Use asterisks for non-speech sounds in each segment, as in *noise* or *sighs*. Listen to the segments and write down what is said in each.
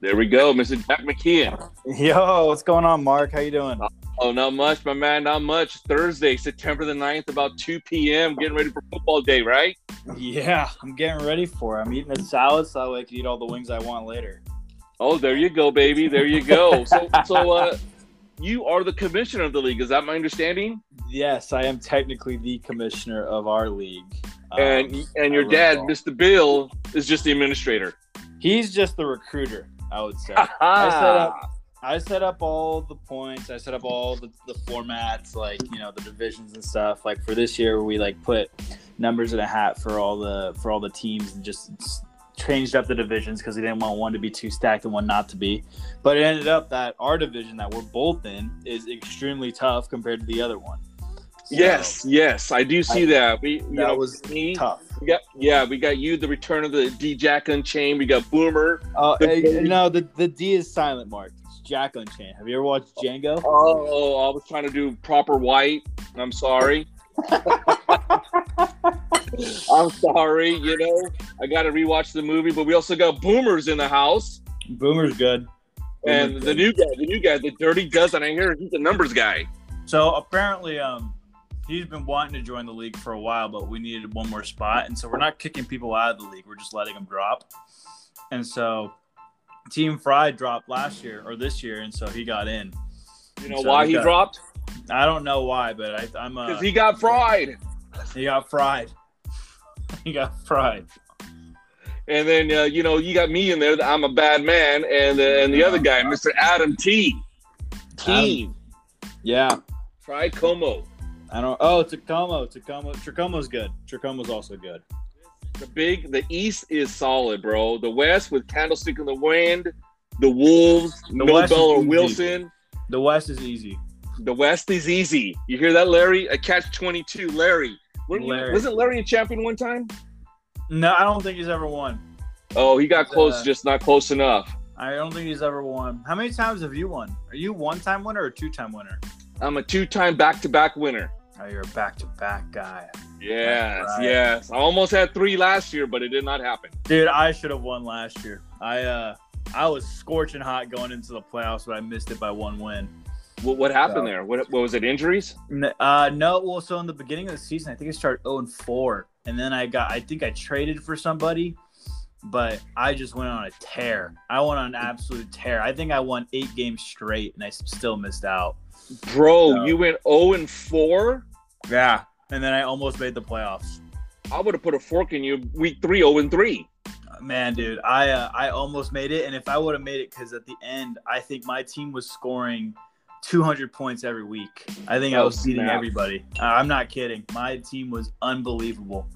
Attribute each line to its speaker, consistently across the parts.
Speaker 1: There we go, Mr. Jack McKeon.
Speaker 2: Yo, what's going on, Mark? How you doing?
Speaker 1: Oh, not much, my man, not much. Thursday, September the 9th, about 2 p.m., getting ready for football day, right?
Speaker 2: Yeah, I'm getting ready for it. I'm eating a salad so that way I can eat all the wings I want later.
Speaker 1: Oh, there you go, baby. There you go. So, so uh, you are the commissioner of the league. Is that my understanding?
Speaker 2: Yes, I am technically the commissioner of our league. Um,
Speaker 1: And and your
Speaker 2: I
Speaker 1: dad,
Speaker 2: recall.
Speaker 1: Mr. Bill, is just the administrator.
Speaker 2: he's just the recruiter, I
Speaker 1: *laughs*
Speaker 2: would say. I set
Speaker 1: Ah,
Speaker 2: up I set up all the points, I set up all the, the formats, like, you know, the divisions and stuff. Like for this year we like put numbers in a hat for all the for all the teams and just s- changed up the divisions because we didn't want one to be too stacked and one not to be. But it ended up that our division that we're both in is extremely tough compared to the other one. So,
Speaker 1: yes, yes, I do see
Speaker 2: I-
Speaker 1: that. We, you
Speaker 2: that
Speaker 1: know,
Speaker 2: was
Speaker 1: me.
Speaker 2: tough.
Speaker 1: We got, yeah, we got you, the return of the D Jack Unchained. We got Boomer.
Speaker 2: Uh,
Speaker 1: The-
Speaker 2: eh, no, the, the D is silent, Mark. It's Jack Unchained. Have you ever watched Django?
Speaker 1: Oh, I was trying to do proper white. I'm sorry. I'm sorry. You know, I got to rewatch the movie, but we also got Boomers in the house.
Speaker 2: Boomer's good.
Speaker 1: And
Speaker 2: Boomer's
Speaker 1: the
Speaker 2: good.
Speaker 1: new guy, the new guy, the dirty dozen. I hear he's the numbers guy.
Speaker 2: So apparently, um, he's been wanting to join the league for a while, but we needed one more spot, and so we're not kicking people out of the league. We're just letting them drop. And so, Team Fry dropped last year or this year, and so he got in.
Speaker 1: You know
Speaker 2: So
Speaker 1: why
Speaker 2: we
Speaker 1: he
Speaker 2: got-
Speaker 1: dropped?
Speaker 2: I don't know why, but I, I'm a
Speaker 1: Because
Speaker 2: he,
Speaker 1: he got fried.
Speaker 2: got fried. *laughs* he got fried.
Speaker 1: And then uh, you know you got me in there. that I'm a bad man, and uh, and the other guy, Mr. Adam T. T.
Speaker 2: Yeah,
Speaker 1: Try Como.
Speaker 2: I don't. Oh, Tacoma, Tacoma, Tacoma's good. Tacoma's also good.
Speaker 1: The big, the East is solid, bro. The West with Candlestick in the Wind, the Wolves,
Speaker 2: The
Speaker 1: No
Speaker 2: West is
Speaker 1: Bell or
Speaker 2: easy.
Speaker 1: Wilson.
Speaker 2: The West is easy.
Speaker 1: The West is easy. You hear that, Larry? A catch twenty-two, Larry. Weren't you-
Speaker 2: Larry.
Speaker 1: wasn't Larry a champion one time?
Speaker 2: No, I don't think he's ever won.
Speaker 1: Oh, he got
Speaker 2: Uh,
Speaker 1: close, just not close enough.
Speaker 2: I don't think he's ever won. How many times have you won? Are you one time winner or two time winner?
Speaker 1: I'm a two-time back-to-back winner.
Speaker 2: Oh, you're a back to back guy.
Speaker 1: Yes,
Speaker 2: Right.
Speaker 1: yes. I almost had three last year, but it did not happen.
Speaker 2: Dude, I should have won last year. I uh I was scorching hot going into the playoffs, but I missed it by one win.
Speaker 1: What, what happened
Speaker 2: So-
Speaker 1: there? What, what was it? Injuries?
Speaker 2: N- Uh no, well so in the beginning of the season, I think I started 0 and 4. And then I got I think I traded for somebody, but I just went on a tear. I went on an absolute tear. I think I won 8 games straight and I s- still missed out.
Speaker 1: Bro,
Speaker 2: No.
Speaker 1: you went zero and four.
Speaker 2: Yeah. And then I almost made the playoffs.
Speaker 1: I would have put a fork in you week three, zero and three.
Speaker 2: Man, dude, I uh, I almost made it, and if I would have made it, because at the end, I think my team was scoring 200 points every week. I think I
Speaker 1: Oh,
Speaker 2: was beating
Speaker 1: snap.
Speaker 2: everybody. Uh, I'm not kidding. My team was unbelievable.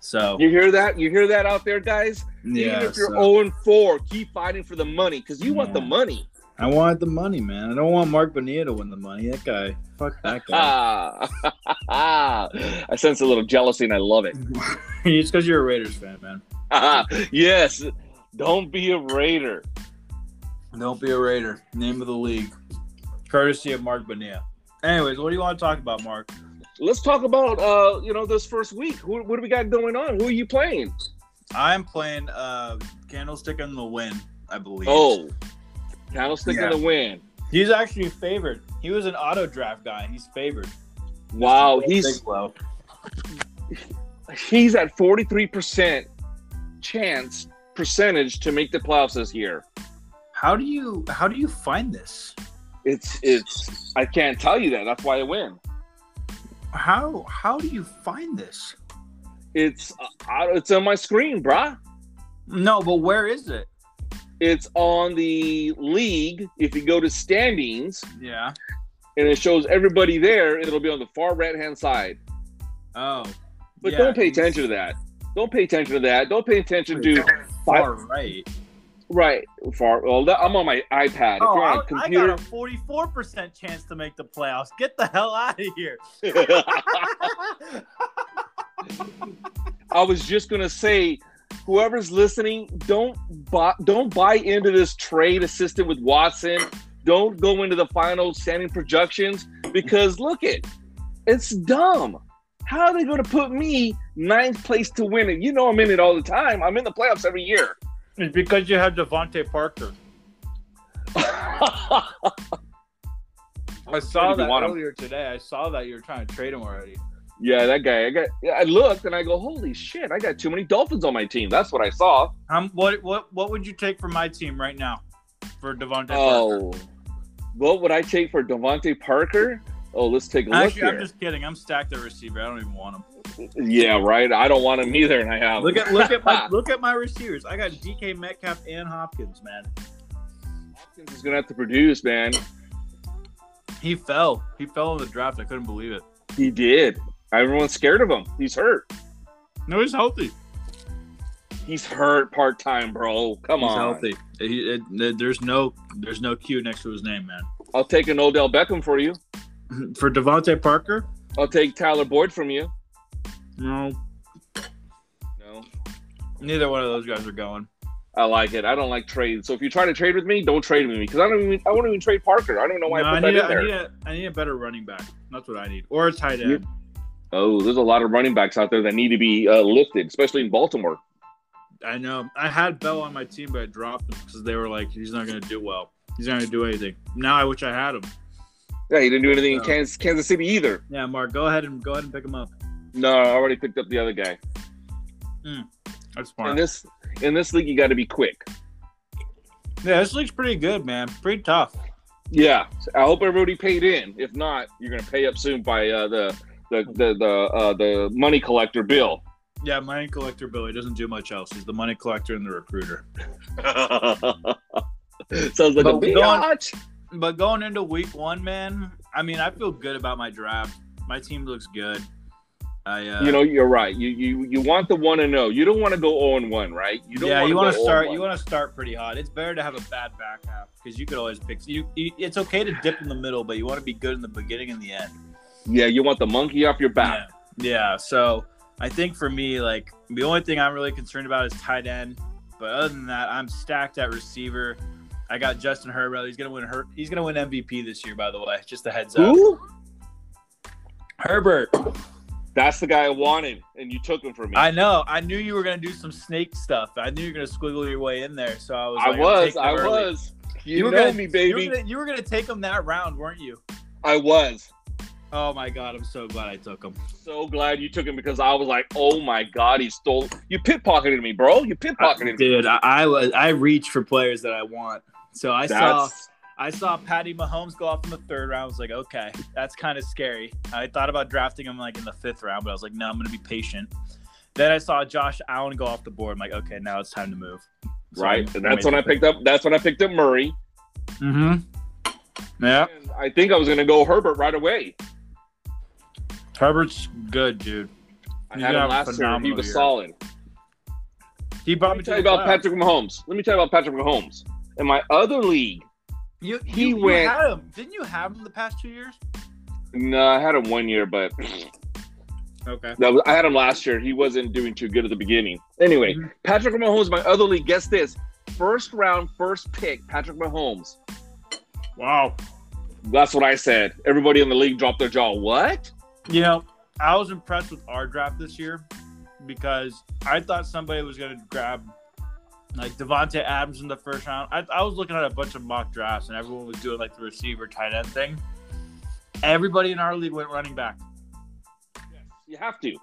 Speaker 2: So
Speaker 1: You hear that? You hear that out there, guys?
Speaker 2: yeah,
Speaker 1: Even if you're
Speaker 2: so-
Speaker 1: 0 and 4, keep fighting for the money because you want the
Speaker 2: Yeah.
Speaker 1: money.
Speaker 2: I wanted the money, man. I don't want Mark Bonilla to win the money. That guy, fuck that guy.
Speaker 1: Ah. *laughs* I sense a little jealousy and I love it.
Speaker 2: *laughs*
Speaker 1: *laughs*
Speaker 2: it's because you're a Raiders fan, man.
Speaker 1: yes. Don't be a Raider.
Speaker 2: Don't be a Raider. Name of the league, courtesy of Mark Bonilla. Anyways, what do you want to talk about, Mark?
Speaker 1: Let's talk about uh, you know, this first week. Who, what do we got going on? Who are you playing?
Speaker 2: I'm playing uh, Candlestick in the Wind, I believe.
Speaker 1: Oh. Candlestick in
Speaker 2: Yeah.
Speaker 1: the wind.
Speaker 2: He's actually favored. He was an auto draft guy. He's favored.
Speaker 1: Wow, he's
Speaker 2: low.
Speaker 1: he's at 43% chance percentage to make the playoffs this year.
Speaker 2: How do you how do you find this?
Speaker 1: It's it's I can't tell you that. That's why I win.
Speaker 2: How how do you find this?
Speaker 1: It's uh, I- it's on my screen, brah.
Speaker 2: No, but where is it?
Speaker 1: It's on the league. If you go to standings
Speaker 2: Yeah.
Speaker 1: and it shows everybody there, it'll be on the far right hand side.
Speaker 2: Oh.
Speaker 1: But
Speaker 2: Yeah,
Speaker 1: don't pay
Speaker 2: he's
Speaker 1: attention to that. Don't pay attention to that. Don't pay attention to *laughs*
Speaker 2: Far right.
Speaker 1: right far. Well, that, I'm on my iPad. If
Speaker 2: Oh,
Speaker 1: you're on
Speaker 2: I,
Speaker 1: a
Speaker 2: I
Speaker 1: computer,
Speaker 2: got a forty-four percent chance to make the playoffs. Get the hell out of here!
Speaker 1: *laughs* I was just gonna say, whoever's listening, don't buy don't buy into this trade assistant with Watson. Don't go into the final standing projections because look it, it's dumb. How are they gonna put me ninth place to win it? You know I'm in it all the time. I'm in the playoffs every year. *laughs*
Speaker 2: it's because you have Devonte Parker. I saw
Speaker 1: You
Speaker 2: that
Speaker 1: want him.
Speaker 2: earlier today. I saw that you were trying to trade him already.
Speaker 1: yeah, that guy. I got. yeah, I looked and I go, holy shit! I got too many Dolphins on my team. That's what I saw.
Speaker 2: Um, what what what would you take for my team right now for Devontae? Parker?
Speaker 1: Oh, what would I take for Devontae Parker? Oh, let's take a look
Speaker 2: actually,
Speaker 1: here.
Speaker 2: I'm just kidding. I'm stacked at receiver. I don't even want him.
Speaker 1: Yeah, right. I don't want him either, and I have.
Speaker 2: Look at look at my
Speaker 1: *laughs*
Speaker 2: look at my receivers. I got DK Metcalf and Hopkins. Man,
Speaker 1: Hopkins is gonna have to produce, man.
Speaker 2: he fell. He fell in the draft. I couldn't believe it.
Speaker 1: He did. Everyone's scared of him. He's hurt.
Speaker 2: No, he's healthy.
Speaker 1: He's hurt part time, bro. Come
Speaker 2: he's
Speaker 1: on.
Speaker 2: healthy. He- it- th- there's no there's no Q next to his name, man.
Speaker 1: I'll take an Odell Beckham for you.
Speaker 2: For Devontae Parker,
Speaker 1: I'll take Tyler Boyd from you.
Speaker 2: no,
Speaker 1: No,
Speaker 2: neither one of those guys are going.
Speaker 1: I like it. I don't like trades. So if you try to trade with me, don't trade with me because I don't even. I won't even trade Parker. I don't even know why
Speaker 2: No,
Speaker 1: I
Speaker 2: I,
Speaker 1: put
Speaker 2: need
Speaker 1: that in
Speaker 2: a, I,
Speaker 1: there.
Speaker 2: need a, I need a better running back. That's what I need, or a tight
Speaker 1: Yep.
Speaker 2: end.
Speaker 1: Oh, there's a lot of running backs out there that need to be uh, lifted, especially in Baltimore.
Speaker 2: I know. I had Bell on my team, but I dropped him because they were like, he's not going to do well. He's not going to do anything. Now I wish I had him.
Speaker 1: Yeah, he didn't do anything in
Speaker 2: No.
Speaker 1: Kansas, Kansas City either.
Speaker 2: Yeah, Mark, go ahead and go ahead and pick him up.
Speaker 1: No, I already picked up the other guy.
Speaker 2: That's
Speaker 1: In
Speaker 2: smart.
Speaker 1: this in this league, you got to be quick.
Speaker 2: yeah, this league's pretty good, man. Pretty tough.
Speaker 1: Yeah, so I hope everybody paid in. If not, you're gonna pay up soon by uh, the the the the, uh, the money collector
Speaker 2: *laughs*
Speaker 1: bill. *laughs*
Speaker 2: Yeah, money collector Billy doesn't do much else. He's the money collector and the recruiter.
Speaker 1: Sounds like
Speaker 2: But
Speaker 1: a
Speaker 2: we don't-
Speaker 1: biatch.
Speaker 2: But going into week one, man, I mean, I feel good about my draft. My team looks good. I, uh,
Speaker 1: You know, you're right. You you you want the one and zero. You don't want to go zero and one, right? You don't
Speaker 2: yeah, you want
Speaker 1: go
Speaker 2: to
Speaker 1: 0 and
Speaker 2: start.
Speaker 1: one.
Speaker 2: You want to start pretty hot. It's better to have a bad back half because you could always pick. You, you, it's okay to dip in the middle, but you want to be good in the beginning and the end.
Speaker 1: yeah, you want the monkey off your back.
Speaker 2: Yeah. yeah. So I think for me, like the only thing I'm really concerned about is tight end. But other than that, I'm stacked at receiver. I got Justin Herbert. He's gonna win. Her- he's gonna win MVP this year. By the way, just a heads up.
Speaker 1: Who?
Speaker 2: Herbert.
Speaker 1: That's the guy I wanted, and you took him from me.
Speaker 2: I know. I knew you were gonna do some snake stuff. I knew you were gonna squiggle your way in there. So I was.
Speaker 1: I
Speaker 2: like, I'm
Speaker 1: was,
Speaker 2: taking
Speaker 1: I
Speaker 2: Herbert.
Speaker 1: was. You,
Speaker 2: were
Speaker 1: know
Speaker 2: gonna-
Speaker 1: me,
Speaker 2: You
Speaker 1: baby.
Speaker 2: were, gonna, you were gonna take him that round, weren't you?
Speaker 1: I was.
Speaker 2: Oh my god, I'm so glad I took him.
Speaker 1: So glad you took him because I was like, oh my god, he stole. You pit pocketed me, bro. You pit pocketed me.
Speaker 2: Dude, I, I was I reach for players that I want. So I saw
Speaker 1: That's
Speaker 2: I saw Patty Mahomes go off in the third round. I was like, okay, that's kind of scary. I thought about drafting him like in the fifth round, but I was like, no, I'm gonna be patient. Then I saw Josh Allen go off the board. I'm like, okay, now it's time to move. So
Speaker 1: right. And that's when I picked up. That's when I picked up Murray.
Speaker 2: Mm-hmm. Yeah,
Speaker 1: And I think I was gonna go Herbert right away.
Speaker 2: Herbert's good, dude.
Speaker 1: I
Speaker 2: He's
Speaker 1: had
Speaker 2: gonna
Speaker 1: him
Speaker 2: have a
Speaker 1: last year. He
Speaker 2: phenomenal
Speaker 1: was
Speaker 2: year.
Speaker 1: solid.
Speaker 2: He brought
Speaker 1: Let
Speaker 2: me
Speaker 1: me
Speaker 2: to
Speaker 1: tell you
Speaker 2: the
Speaker 1: about
Speaker 2: playoffs.
Speaker 1: Patrick Mahomes. Let me tell you about Patrick Mahomes. In my other league,
Speaker 2: You,
Speaker 1: He
Speaker 2: you, you
Speaker 1: went-
Speaker 2: had him. Didn't you have him the past two years?
Speaker 1: no, I had him one year, but *sniffs*
Speaker 2: Okay.
Speaker 1: that was, I had him last year. He wasn't doing too good at the beginning. Anyway,
Speaker 2: Mhm.
Speaker 1: Patrick Mahomes, my other league. Guess this: first round, first pick, Patrick Mahomes.
Speaker 2: Wow.
Speaker 1: That's what I said. Everybody in the league dropped their jaw. What?
Speaker 2: You know, I was impressed with our draft this year because I thought somebody was going to grab like Devonte Adams in the first round. I, I was looking at a bunch of mock drafts and everyone was doing like the receiver tight end thing. Everybody in our league went running back.
Speaker 1: You have to.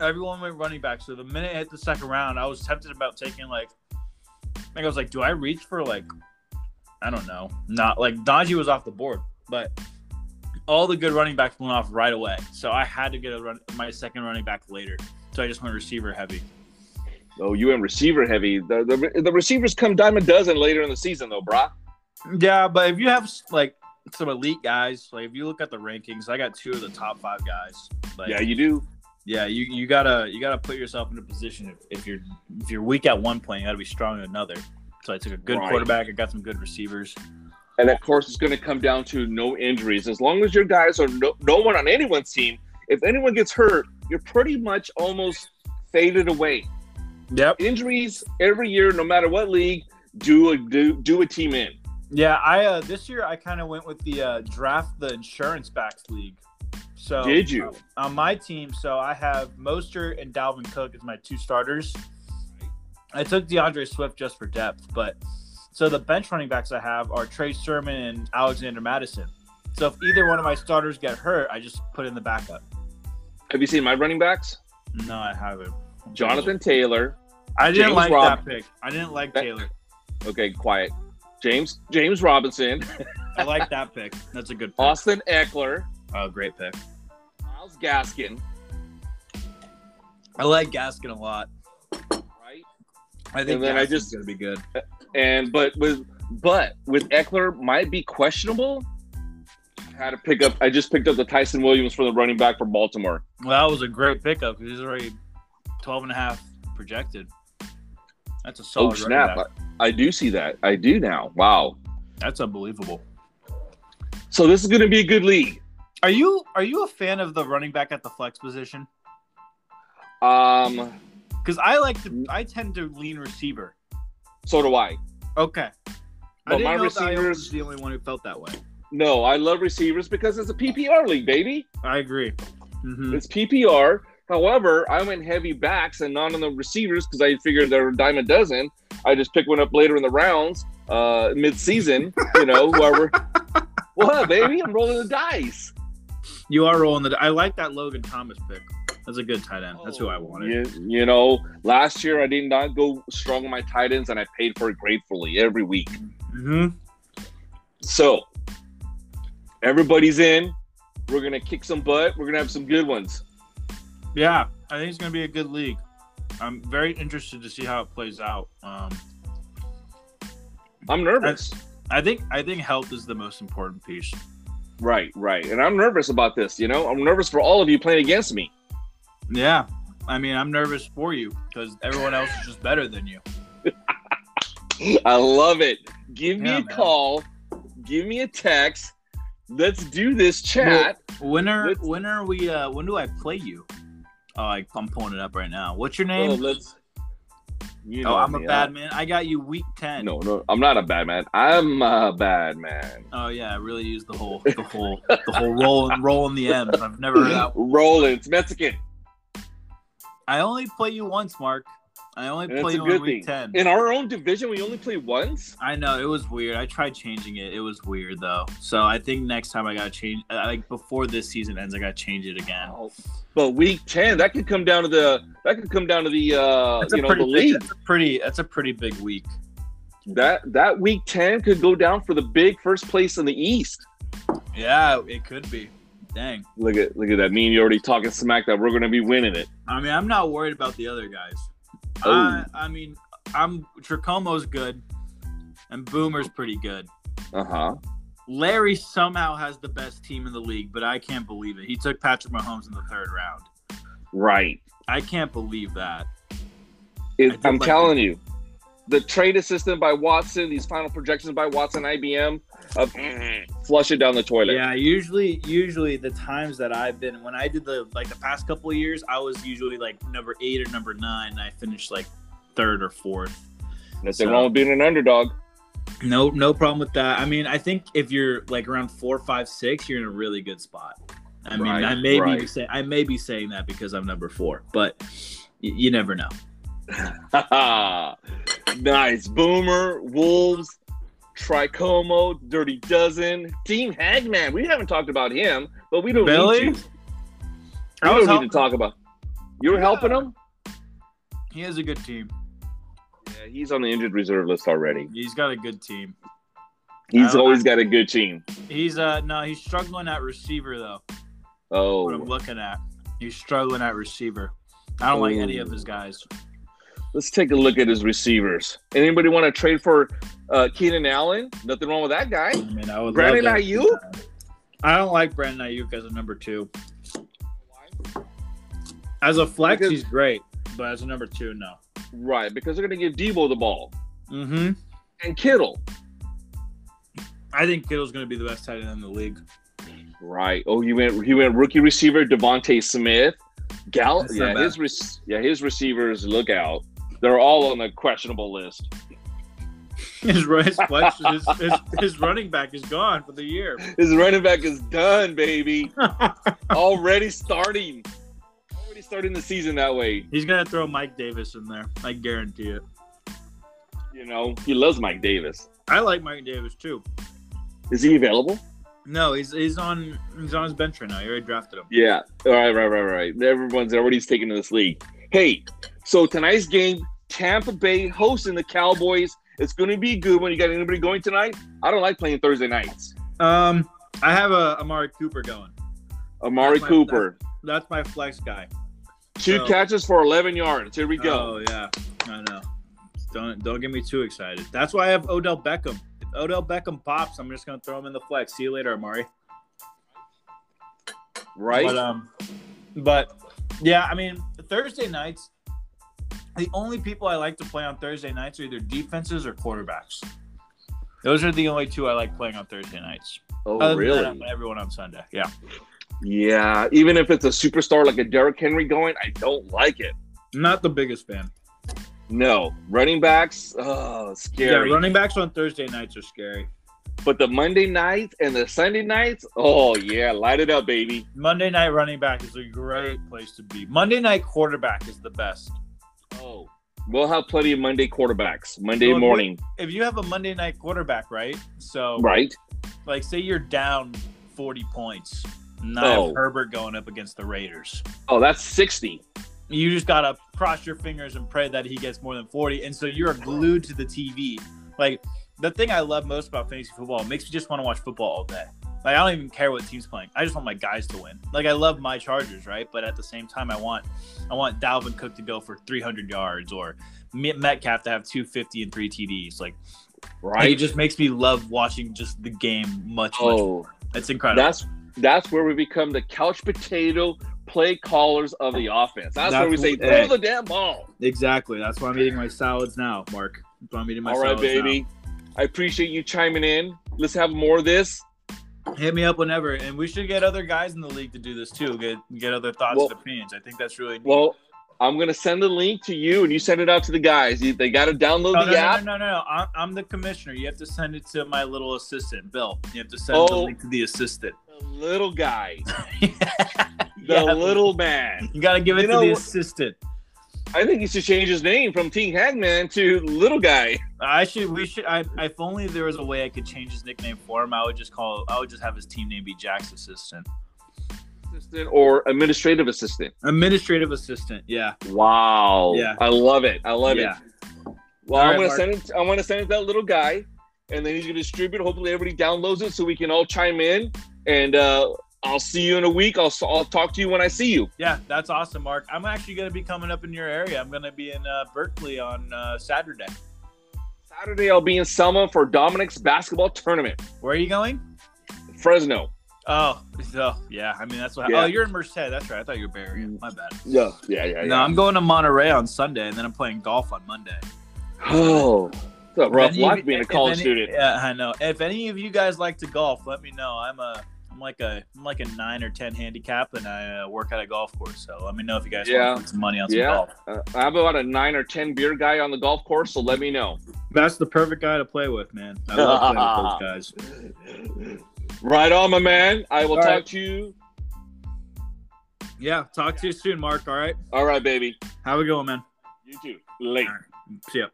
Speaker 2: Everyone went running back. So the minute it hit the second round, I was tempted about taking like, I think I was like, do I reach for like, I don't know, not like Najee was off the board, but all the good running backs went off right away. So I had to get a run, my second running back later. So I just went receiver heavy.
Speaker 1: Oh, you and receiver heavy. The, the the receivers come dime a dozen later in the season, though, brah.
Speaker 2: Yeah, but if you have like some elite guys, like if you look at the rankings, I got two of the top five guys. Like,
Speaker 1: yeah, you do.
Speaker 2: yeah, you, you gotta you gotta put yourself in a position if, if you're if you're weak at one point, you gotta be strong at another. So I took a good
Speaker 1: Right.
Speaker 2: quarterback. I got some good receivers.
Speaker 1: And of course, it's going to come down to no injuries. As long as your guys are no, no one on anyone's team, if anyone gets hurt, you're pretty much almost faded away.
Speaker 2: Yep.
Speaker 1: Injuries every year, no matter what league, do a do do a team in.
Speaker 2: Yeah, I uh, this year I kind of went with the uh, draft the insurance backs league. So uh,
Speaker 1: Did you?
Speaker 2: on my team? So I have Mostert and Dalvin Cook as my two starters. I took DeAndre Swift just for depth, but So the bench running backs I have are Trey Sermon and Alexander Madison. So if either one of my starters get hurt, I just put in the backup.
Speaker 1: Have you seen my running backs?
Speaker 2: No, I haven't.
Speaker 1: Jonathan Taylor.
Speaker 2: I didn't
Speaker 1: James
Speaker 2: like
Speaker 1: Robinson.
Speaker 2: that pick. I didn't like
Speaker 1: That-
Speaker 2: Taylor.
Speaker 1: Okay, quiet. James James Robinson,
Speaker 2: I like that pick. That's
Speaker 1: *laughs*
Speaker 2: a good pick.
Speaker 1: Austin Eckler,
Speaker 2: Oh, great pick.
Speaker 1: Miles Gaskin,
Speaker 2: I like Gaskin a lot.
Speaker 1: right?
Speaker 2: I
Speaker 1: think
Speaker 2: think
Speaker 1: And then I
Speaker 2: Gaskin's
Speaker 1: Gaskin's just-
Speaker 2: gonna be good.
Speaker 1: And but with but with Eckler might be questionable. I had to pick up. I just picked up the Tyson Williams for the running back for Baltimore.
Speaker 2: Well, that was a great pickup. He's already 12 and a half projected. That's a solid
Speaker 1: oh
Speaker 2: running
Speaker 1: snap!
Speaker 2: back.
Speaker 1: I, I do see that. I do now. Wow.
Speaker 2: That's unbelievable.
Speaker 1: So this is going to be a good league.
Speaker 2: Are you are you a fan of the running back at the flex position?
Speaker 1: Um,
Speaker 2: Because I like to
Speaker 1: Mm.
Speaker 2: I tend to lean receiver.
Speaker 1: so do I.
Speaker 2: Okay. I
Speaker 1: But
Speaker 2: didn't
Speaker 1: my
Speaker 2: know that I
Speaker 1: receivers-
Speaker 2: was the only one who felt that way.
Speaker 1: No, I love receivers because it's a PPR league, baby.
Speaker 2: I agree. Mhm.
Speaker 1: It's PPR. However, I went heavy backs and not on the receivers because I figured there were a dime a dozen. I just picked one up later in the rounds, uh, mid-season. You know, whoever. What, baby? I'm rolling the dice.
Speaker 2: You are rolling the. I like that Logan Thomas pick. That's a good tight end. That's
Speaker 1: Oh,
Speaker 2: who I wanted.
Speaker 1: You, you know, last year I did not go strong on my tight ends, and I paid for it gratefully every week.
Speaker 2: hmm
Speaker 1: So everybody's in. We're gonna kick some butt. We're gonna have some good ones.
Speaker 2: Yeah, I think it's going to be a good league. I'm very interested to see how it plays out. Um,
Speaker 1: I'm nervous.
Speaker 2: I think I think health is the most important piece.
Speaker 1: Right, right. And I'm nervous about this, you know? I'm nervous for all of you playing against me.
Speaker 2: Yeah, I mean I'm nervous for you because everyone else is just better than you.
Speaker 1: I love it. Give me
Speaker 2: Yeah,
Speaker 1: a
Speaker 2: man.
Speaker 1: call. Give me a text. Let's do this chat.
Speaker 2: When are
Speaker 1: Let's-
Speaker 2: when are we? Uh, when do I play you? Oh, I, I'm pulling it up right now. What's your
Speaker 1: Oh,
Speaker 2: name?
Speaker 1: let's. You
Speaker 2: oh, I'm a
Speaker 1: me.
Speaker 2: bad man. I got you week ten.
Speaker 1: No, no, I'm not a bad man. I'm a bad man.
Speaker 2: Oh yeah, I really used
Speaker 1: *laughs*
Speaker 2: the whole the whole the whole roll roll in the M's. I've never
Speaker 1: *laughs*
Speaker 2: heard that.
Speaker 1: Rolling. It's Mexican.
Speaker 2: I only play you once, Mark. I only
Speaker 1: And
Speaker 2: play
Speaker 1: it's a
Speaker 2: you in
Speaker 1: good
Speaker 2: week
Speaker 1: thing.
Speaker 2: ten.
Speaker 1: In our own division, we only play once.
Speaker 2: I know it was weird. I tried changing it. It was weird though. So I think next time I gotta change. uh, Like before this season ends, I gotta change it again.
Speaker 1: Oh, But week ten, that could come down to the that could come down to the uh
Speaker 2: That's a
Speaker 1: you know the
Speaker 2: pretty big,
Speaker 1: league.
Speaker 2: that's a pretty. That's a pretty big week.
Speaker 1: That that week ten could go down for the big first place in the East.
Speaker 2: Yeah, it could be. Dang.
Speaker 1: Look at look at that. Me and you already talking smack that we're gonna be winning it.
Speaker 2: I mean, I'm not worried about the other guys.
Speaker 1: Oh.
Speaker 2: I, I mean, I'm Tracomo's good, and Boomer's pretty good.
Speaker 1: Uh huh.
Speaker 2: Larry somehow has the best team in the league, but I can't believe it. He took Patrick Mahomes in the third round.
Speaker 1: Right.
Speaker 2: I can't believe that.
Speaker 1: It-
Speaker 2: I did
Speaker 1: I'm
Speaker 2: like
Speaker 1: telling you, the trade assistant by Watson, these final projections by Watson, IBM, uh, flush it down the toilet.
Speaker 2: Yeah, usually, usually the times that I've been when I did the like the past couple of years, I was usually like number eight or number nine. And I finished like third or fourth.
Speaker 1: Nothing
Speaker 2: So-
Speaker 1: wrong with being an underdog. *laughs*
Speaker 2: No, no problem with that. I mean, I think if you're like around four, five, six, you're in a really good spot. I mean,
Speaker 1: Right,
Speaker 2: I may be
Speaker 1: right.
Speaker 2: say, I may be saying that because I'm number four, but y- you never know.
Speaker 1: nice. Boomer, Wolves, Tricomo, Dirty Dozen, Dean Hagman. We haven't talked about him, but we don't
Speaker 2: Billy?
Speaker 1: need to. We don't need to talk about. You were
Speaker 2: Yeah.
Speaker 1: helping him.
Speaker 2: He has a good team.
Speaker 1: Yeah, he's on the injured reserve list already.
Speaker 2: He's got a good team.
Speaker 1: He's
Speaker 2: Oh.
Speaker 1: always got a good team.
Speaker 2: He's uh no, he's struggling at receiver though. What I'm
Speaker 1: Oh,
Speaker 2: looking at, he's struggling at receiver. I don't like any of his guys.
Speaker 1: let's take a look at his receivers. Anybody want to trade for uh, Keenan Allen? Nothing wrong with that guy.
Speaker 2: I mean, I would
Speaker 1: Brandon
Speaker 2: love to-
Speaker 1: Ayuk?
Speaker 2: I don't like Brandon Ayuk as a number two. As a flex,
Speaker 1: Because-
Speaker 2: he's great, but as a number two, no.
Speaker 1: Right, because they're going to give Debo the ball
Speaker 2: Mm-hmm.
Speaker 1: and Kittle.
Speaker 2: I think Kittle's going to be the best tight end in the league. *laughs*
Speaker 1: Right. Oh, he went. He went rookie receiver Devonte Smith. Gallup.
Speaker 2: That's not
Speaker 1: Yeah,
Speaker 2: bad.
Speaker 1: his rec- yeah his receivers look out. They're all on the questionable list.
Speaker 2: His, ru- his,
Speaker 1: *laughs*
Speaker 2: flex, his, his, his running back is gone for the year. *laughs*
Speaker 1: His running back is done, baby. Already starting. Already starting the season that way.
Speaker 2: he's going to throw Mike Davis in there. I guarantee it.
Speaker 1: You know, he loves Mike Davis.
Speaker 2: I like Mike Davis too.
Speaker 1: Is he available?
Speaker 2: No, he's he's on he's on his bench right now. You already drafted him.
Speaker 1: Yeah. All right, right, right, right. Everyone's everybody's taken to this league. Hey, so tonight's game, Tampa Bay hosting the Cowboys. It's going to be a good one. You got anybody going tonight? I don't like playing Thursday nights.
Speaker 2: Um, I have a Amari Cooper going.
Speaker 1: Amari
Speaker 2: That's my-
Speaker 1: Cooper,
Speaker 2: That's my flex guy.
Speaker 1: two
Speaker 2: so-
Speaker 1: catches for 11 yards. Here we go.
Speaker 2: Oh yeah, I know. Don't don't get me too excited. That's why I have Odell Beckham. If Odell Beckham pops, I'm just gonna throw him in the flex. See you later, Amari.
Speaker 1: right?
Speaker 2: But um, but yeah, I mean Thursday nights. The only people I like to play on Thursday nights are either defenses or quarterbacks. Those are the only two I like playing on Thursday nights.
Speaker 1: oh,
Speaker 2: Other than that,
Speaker 1: really?
Speaker 2: I'm everyone on Sunday. Yeah.
Speaker 1: yeah. Even if it's a superstar like a Derrick Henry going, I don't like it.
Speaker 2: Not the biggest fan.
Speaker 1: No. Running backs, oh, scary.
Speaker 2: Yeah, running backs on Thursday nights are scary.
Speaker 1: but the Monday nights and the Sunday nights, oh, yeah. Light it up, baby.
Speaker 2: Monday night running back is a great place to be. Monday night quarterback is the best.
Speaker 1: Oh. We'll have plenty of Monday quarterbacks, Monday
Speaker 2: Well,
Speaker 1: morning,
Speaker 2: If you have a Monday night quarterback, right? So,
Speaker 1: right?
Speaker 2: like, say you're down 40 points, and I
Speaker 1: Oh.
Speaker 2: have Herbert going up against the Raiders.
Speaker 1: Oh, that's 60.
Speaker 2: You just got to cross your fingers and pray that he gets more than 40. And so you're glued to the TV. Like, the thing I love most about fantasy football, it makes me just want to watch football all day. Like, I don't even care what team's playing. I just want my guys to win. Like, I love my Chargers, right? But at the same time, I want I want Dalvin Cook to go for 300 yards or Met- Metcalf to have 250 and three TDs. Like, Like,
Speaker 1: Right?
Speaker 2: it just makes me love watching just the game much, much. more.
Speaker 1: oh,
Speaker 2: It's incredible.
Speaker 1: that's that's where we become the couch potato play callers of the offense. That's, where we say
Speaker 2: That's-
Speaker 1: throw the damn ball.
Speaker 2: exactly. That's why I'm eating my salads now, Mark. That's why I'm eating my
Speaker 1: All right,
Speaker 2: salads
Speaker 1: baby. I appreciate you chiming in. Let's have more of this.
Speaker 2: now. Hit me up whenever, and we should get other guys in the league to do this too. Get get other thoughts
Speaker 1: Well-
Speaker 2: and opinions. I think that's really.
Speaker 1: Well, I'm gonna send the link to you, and you send it out to the guys. You- They got to download
Speaker 2: no,
Speaker 1: the
Speaker 2: no, no,
Speaker 1: app.
Speaker 2: no, no, no. I'm, I'm the commissioner. You have to send it to my little assistant, Bill. You have to send the
Speaker 1: Oh.
Speaker 2: link to the assistant.
Speaker 1: The little
Speaker 2: *laughs*
Speaker 1: guy, the
Speaker 2: Yeah.
Speaker 1: little man.
Speaker 2: You got to give it
Speaker 1: You
Speaker 2: to
Speaker 1: know-
Speaker 2: the assistant.
Speaker 1: I think he should change his name from Teen Hagman to Little Guy.
Speaker 2: I should. We should. I. If only there was a way I could change his nickname for him. I would just call. I would just have his team name be Jack's assistant.
Speaker 1: Assistant or administrative assistant.
Speaker 2: Administrative assistant. Yeah.
Speaker 1: Wow.
Speaker 2: Yeah.
Speaker 1: I love it. I love it.
Speaker 2: yeah.
Speaker 1: Well,
Speaker 2: All
Speaker 1: I'm gonna
Speaker 2: right, Mark.
Speaker 1: send it. I'm gonna send it to that little guy, and then he's gonna distribute. Hopefully, everybody downloads it so we can all chime in. And uh, I'll see you in a week. I'll I'll talk to you when I see you.
Speaker 2: Yeah, that's awesome, Mark. I'm actually going to be coming up in your area. I'm going to be in uh, Berkeley on uh, Saturday.
Speaker 1: Saturday, I'll be in Selma for Dominic's basketball tournament.
Speaker 2: Where are you going?
Speaker 1: Fresno.
Speaker 2: Oh, so, yeah. I mean, that's what.
Speaker 1: Yeah.
Speaker 2: Oh, you're in Merced. That's right. I thought you were Bay Area. My bad.
Speaker 1: Yeah, yeah, yeah. *sighs*
Speaker 2: No, I'm going to Monterey on Sunday, and then I'm playing golf on Monday.
Speaker 1: Oh, it's a rough
Speaker 2: If any of
Speaker 1: life
Speaker 2: you-
Speaker 1: being a
Speaker 2: if
Speaker 1: college
Speaker 2: any-
Speaker 1: student.
Speaker 2: Yeah, I know. If any of you guys like to golf, let me know. I'm a, I'm like a, I'm like a nine or ten handicap, and I uh, work at a golf course. So let me know if you guys
Speaker 1: Yeah.
Speaker 2: want to put some money on some
Speaker 1: Yeah,
Speaker 2: golf.
Speaker 1: uh, I'm about a nine or ten beer guy on the golf course, so let me *laughs* know.
Speaker 2: That's the perfect guy to play with, man. I love
Speaker 1: *laughs*
Speaker 2: playing with those guys.
Speaker 1: Right on, my man. I will
Speaker 2: All
Speaker 1: talk
Speaker 2: right.
Speaker 1: to you.
Speaker 2: Yeah, talk to you soon, Mark. All right,
Speaker 1: All right, baby.
Speaker 2: have a good one, man.
Speaker 1: You too. Late.
Speaker 2: See ya.